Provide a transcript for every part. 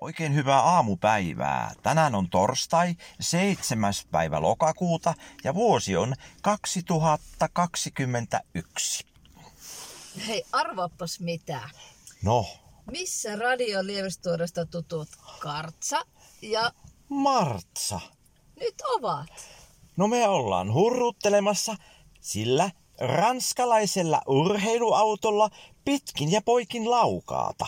Oikein hyvää aamupäivää. Tänään on torstai, 7. päivä lokakuuta ja vuosi on 2021. Hei, arvaapas mitä. No, Missä Radio Lievestuodosta tutut Kartsa ja Martsa. nyt ovat? No me ollaan hurruttelemassa, sillä ranskalaisella urheiluautolla pitkin ja poikin laukaata.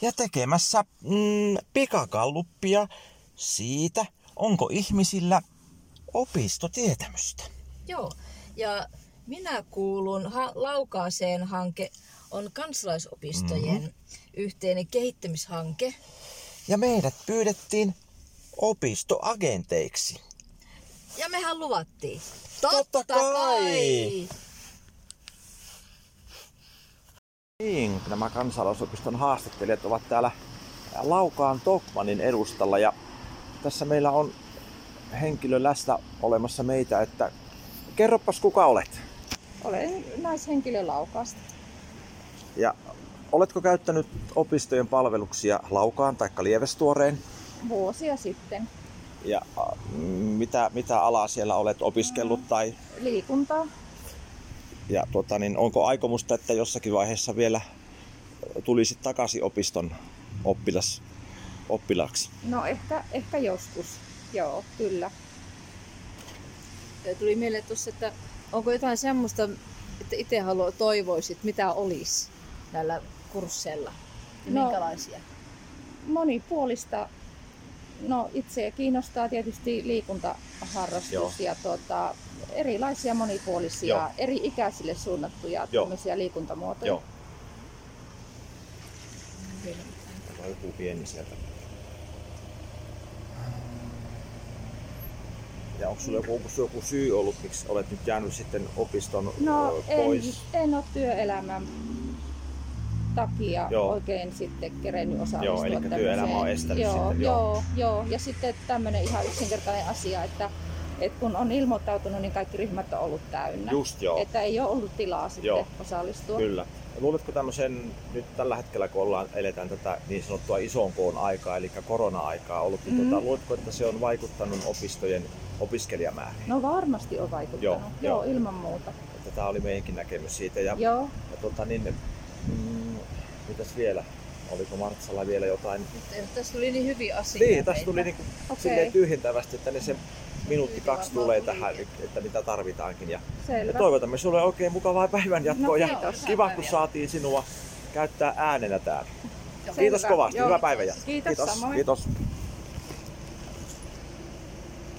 Ja tekemässä mm, pikakaluppia siitä, onko ihmisillä opistotietämystä. Joo, ja minä kuulun ha- Laukaaseen hanke on kansalaisopistojen mm-hmm. yhteinen kehittämishanke. Ja meidät pyydettiin opistoagenteiksi. Ja mehän luvattiin. Totta kai! Niin, nämä kansalaisopiston haastattelijat ovat täällä Laukaan Tokmanin edustalla ja tässä meillä on henkilö läsnä olemassa meitä, että kerropas kuka olet Olen naishenkilö Laukaasta. ja oletko käyttänyt opistojen palveluksia Laukaan tai Lievestuoreen Vuosia sitten ja äh, mitä, mitä alaa siellä olet opiskellut tai liikuntaa. ja tuota, niin onko aikomusta, että jossakin vaiheessa vielä tulisit takaisin opiston oppilas, oppilaksi? No ehkä, ehkä joskus, joo, kyllä. Ja Tuli mieleen tuossa, että onko jotain semmoista, että itse haluaa toivoisit, mitä olisi näillä kursseilla ja No. minkälaisia? Monipuolista, no itse kiinnostaa tietysti liikuntaharrastus Joo. ja tuota, erilaisia monipuolisia, Joo. eri ikäisille suunnattuja Joo. tämmöisiä liikuntamuotoja. Täällä on joku pieni sieltä. Ja onko sulla joku, onko sulla joku syy ollut, miksi olet nyt jäänyt sitten opiston No ö, en, pois? en ole työelämän takia Joo. joo. oikein sitten kerennyt osallistua Joo, elikkä tämmöiseen. työelämä on estänyt joo, sitten, joo. Joo. joo, Ja sitten tämmöinen ihan yksinkertainen asia, että, että kun on ilmoittautunut, niin kaikki ryhmät on ollut täynnä. Just joo, Että ei ole ollut tilaa sitten Joo. osallistua. kyllä. Ja Luuletko tämmöisen, nyt tällä hetkellä kun ollaan, eletään tätä niin sanottua ison koon aikaa, eli korona-aikaa ollut, niin Mhm. tuota, luuletko, että se on vaikuttanut opistojen opiskelijamääriin? No varmasti on Joo, vaikuttanut. joo. joo ilman muuta. Että tämä oli meidänkin näkemys siitä. Ja Joo. Ja tota niin, mm, mitäs vielä? Oliko Martsalla vielä jotain? Tässä tuli niin hyviä asioita. Niin, tässä tuli niinku okay. Okei. silleen tyhjentävästi, että niin se minuutti kaksi Varmaan tulee tuli. tähän, että mitä tarvitaankin. Ja, ja Selvä. No toivotamme sulle oikein mukavaa päivän jatkoa ja kiitos. kiva, kun Päivää. saatiin sinua käyttää äänenä täällä. Joo. Kiitos Selvä. kovasti, Joo. hyvää päivää jatkoa. Kiitos, kiitos. samoin. kiitos.